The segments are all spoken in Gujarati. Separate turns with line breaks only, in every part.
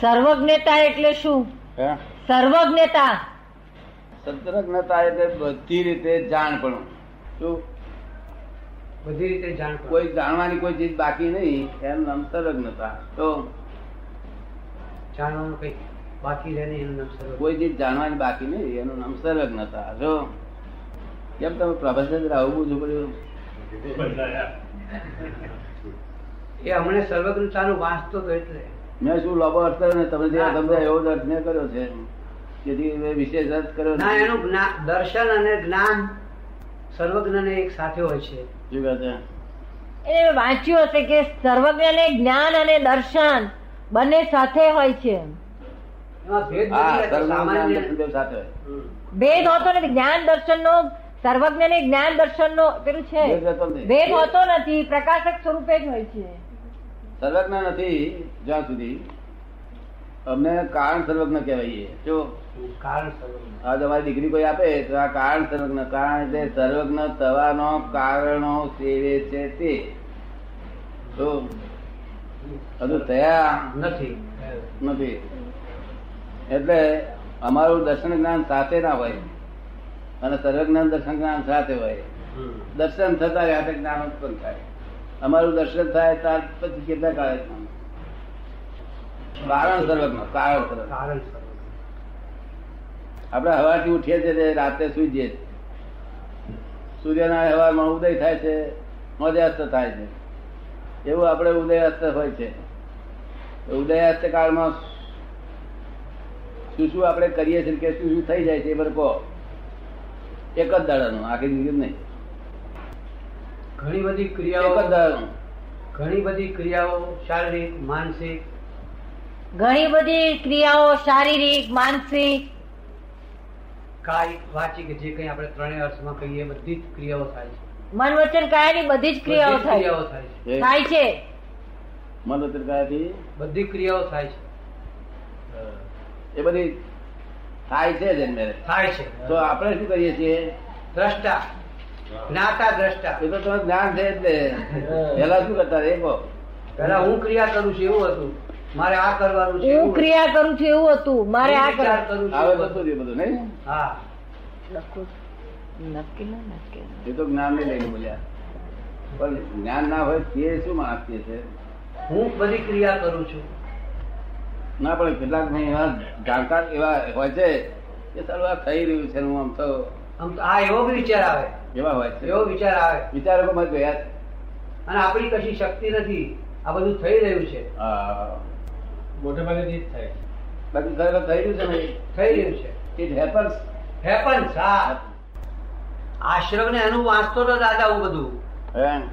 સર્વજ્ઞતા એટલે શું
હે
સર્વજ્ઞતા
સંતરજ્ઞતા એટલે બધી રીતે જાણપણું શું
બધી રીતે જાણ પડે.
કોઈ જાણવાની કોઈ ચીજ બાકી નહીં એમ નામ સંતરજ્ઞતા તો
જાણવાનું કંઈક બાકી રહે નહીં એનું નામ સર્વ
કોઈ ચીજ જાણવાની બાકી નહીં એનું નામ સંલગ્નતા જો કેમ તમે પ્રભાસેન્દ્ર આવું પૂછું પડ્યું
એ હમણાં સર્વજ્ઞતાનું વાંચતો હતો એટલે
મેં શું લાંબો અર્થ કર્યો ને તમે જે
ના.
તમે એવો જ અર્થ મેં કર્યો છે તેથી મેં વિશેષ અર્થ કર્યો
ના
નથી.
એનું જ્ઞા- દર્શન અને જ્ઞાન સર્વજ્ઞને એક સાથે હોય છે
શું કહે છે?
એ વાંચ્યું હશે કે સર્વજ્ઞને જ્ઞાન અને દર્શન બંને સાથે હોય છે
એમાં ભેદ નથી
હા સર્વજ્ઞાન
રહેતો. સામાન્ય-
દર્શન દેવ સાથે
હમ.
ભેદ હોતો નથી જ્ઞાન દર્શનનો સર્વજ્ઞને જ્ઞાન દર્શનનો પેલું છે
ભેદ રહેતો નથી.
ભેદ હોતો નથી પ્રકાશક સ્વરૂપે જ હોય છે
સર્વજ્ઞ નથી જ્યાં સુધી અમને કારણ સર્વજ્ઞ કહેવાય જો
કારણ સર્વજ્ઞ
આ તમારી ડિગ્રી કોઈ આપે તો આ કારણ સર્વજ્ઞ કારણ એટલે સર્વજ્ઞ થવાનો કારણો સેવે છે તે તો હજુ થયા
નથી
નથી એટલે અમારું દર્શન જ્ઞાન સાથે ના હોય અને સર્વજ્ઞાન દર્શન જ્ઞાન સાથે હોય
હમ.
દર્શન થતા યાદ જ્ઞાન ઉત્પન્ન થાય અમારું દર્શન થાય ત્યાર પછી કેટલા કાળે કારણ સર્વજ્ઞ કારણ સર્વજ્ઞ
કારણ સર્વજ્ઞ
આપણે હવાથી ઉઠીએ છીએ તે રાતે સુઈ જઈએ છીએ. સૂર્યના હવામાં ઉદય થાય છે ઉદયાસ્ત થાય છે એવું આપણે ઉદયાસ્ત હોય છે તો ઉદયાસ્ત કાળમાં શું શું આપણે કરીએ છીએ કે શું શું થઈ જાય છે એ બધું કહો એક જ દાડાનું આખી જિંદગી નહીં
ઘણી બધી
એક જ
ક્રિયાઓ
દાડાનું
ઘણી બધી ક્રિયાઓ શારીરિક માનસિક
ઘણી બધી ક્રિયાઓ શારીરિક માનસિક
કાય વાચિક જે કંઈ આપણે ત્રણેય અર્થમાં કહીએ બધી જ ક્રિયાઓ થાય છે
મન વચન કાયાની બધી જ ક્રિયાઓ
બધી જ
થાય
ક્રિયાઓ થાય છે
એ
થાય છે
મનોતર કાયાથી
બધી ક્રિયાઓ થાય છે
એ બધી થાય છે જન્મે
થાય છે
તો આપણે શું કરીએ છીએ
દ્રષ્ટા જ્ઞાતા દ્રષ્ટા
એ તો તમે જ્ઞાન છે એટલે પેલા શું કરતા એ કહો
પહેલા હું ક્રિયા કરું છું એવું હતું મારે આ કરવાનું છે
હું
એવું
ક્રિયા કરું છું એવું હતું મારે આ
હું વિચાર
કરવું
કરું છું
આવે
એવું
બધું રહ્યું બધું નહીં
હતું. હા
લખું છું. નક્કી ના નક્કી ના.
એ તો જ્ઞાન ને લઈને બોલ્યા પણ જ્ઞાન ના હોય તે શું માણસ કે છે
હું બધી ક્રિયા કરું છું
ના પણ કેટલાક નહીં એવા જાણકાર એવા હોય છે કે સારું આ થઈ રહ્યું છે હું આમ તો
આમ તો આ એવો બી વિચાર આવે
એવા હોય
એવો
છે
વિચાર આવે
વિચારકો માં ગયા છે.
અને આપણી કશી શક્તિ નથી આ બધું થઈ રહ્યું છે
હા.
મોટે ભાગે તે જ થાય છે.
બાકી ખરેખર થઈ રહ્યું છે ને
થઈ રહ્યું છે
ઇટ હેપન્સ
હેપન્સ હા આશ્રમ ને એનું વાંચતો તો દાદા હું બધું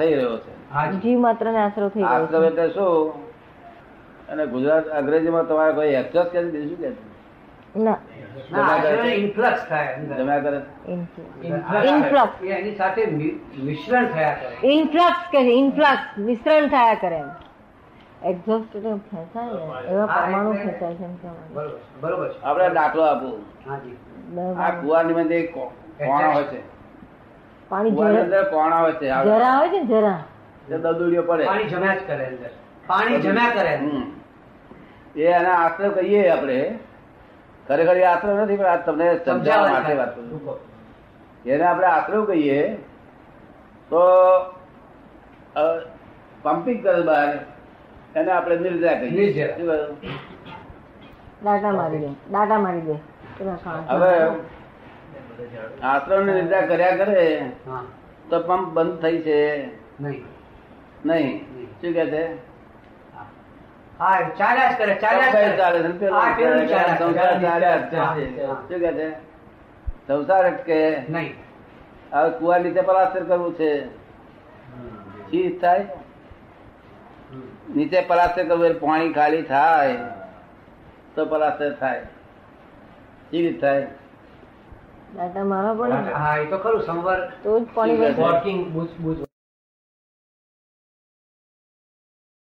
થઈ રહ્યો છે
હા જી.
જીવ માત્ર ને આશરો થઈ ગયો
આશ્રમ
છે.
એટલે શું અને ગુજરાત અંગ્રેજીમાં તમારે કોઈ એક્સોસ કે છે, બીજું શું કે છે?
ના
ના, આશ્રમ ઇન્ફ્લક્સ થાય અંદર.
જમ્યા કરે
ઇન્ફ્લક્સ
ઇન્ફ્લક્સ. એ એની સાથે મિ- મિશ્રણ થયા કરે
ઇન્ફ્લક્સ કે છે ઇન્ફ્લક્સ મિશ્રણ થયા કરે એમ એક્ઝોસ્ટ એટલે ફેંસાય ને એવા
હા,
પરમાણુ
એટલે-
ફેંસાય છે એમ કહેવાનું.
બરોબર બરોબર છે.
આપણે દાખલો આપું
હાજી
આ
બરાબર.
કુવાની અંદર એક કો- કોણા હોય છે
પાણી
કુવાની
જરા
અંદર કોણા હોય છે આ
જરા હોય છે ને જરા
તે દદુડીઓ પડે
પાણી જમ્યા જ કરે અંદર પાણી જમ્યા કરે અંદર.
હમ. એ એને આશ્રમ કહીએ આપણે ખરેખર એ આશ્રમ નથી પણ આ તમને સમજાવવા માટે વાત કરું છું.
રૂકો.
એને આપણે આશ્રમ કહીએ તો પમ્પિંગ કરે બહાર એને આપણે નિર્જા કહીએ
નિર્જરા.
શું કહ્યું?
દાટા મારી દે દાટા મારી દે પેલા કાંટા.
હવે આશ્રમ નિર્જા કર્યા કરે
હા
તો પંપ બંધ થઈ છે
નહીં
નહીં શું કે છે
હા ચાલ્યા જ કરે ચાલ્યા જ
સંસાર
કરે.
ચાલે છે, પેલો
હા, પેલું
ચાલે છે,
ચાલ્યા જ કરે.
સંસાર ચાલ્યા જ
હા,
છે.
હા.
શું કહે છે? સંસાર અટકે
નહીં
હવે કુવા નીચે પલાસ્તર કરવું છે શી થાય નીચે પલાસ્તર કરવું એટલે પાણી ખાલી થાય તો પલાસ્તર થાય શી રીત થાય
દાટા મારવા પડે ને.
હા એ તો ખરું સંવર
તો જ પાણી
ઠીક છે.
વળશે.
Walking booth- booth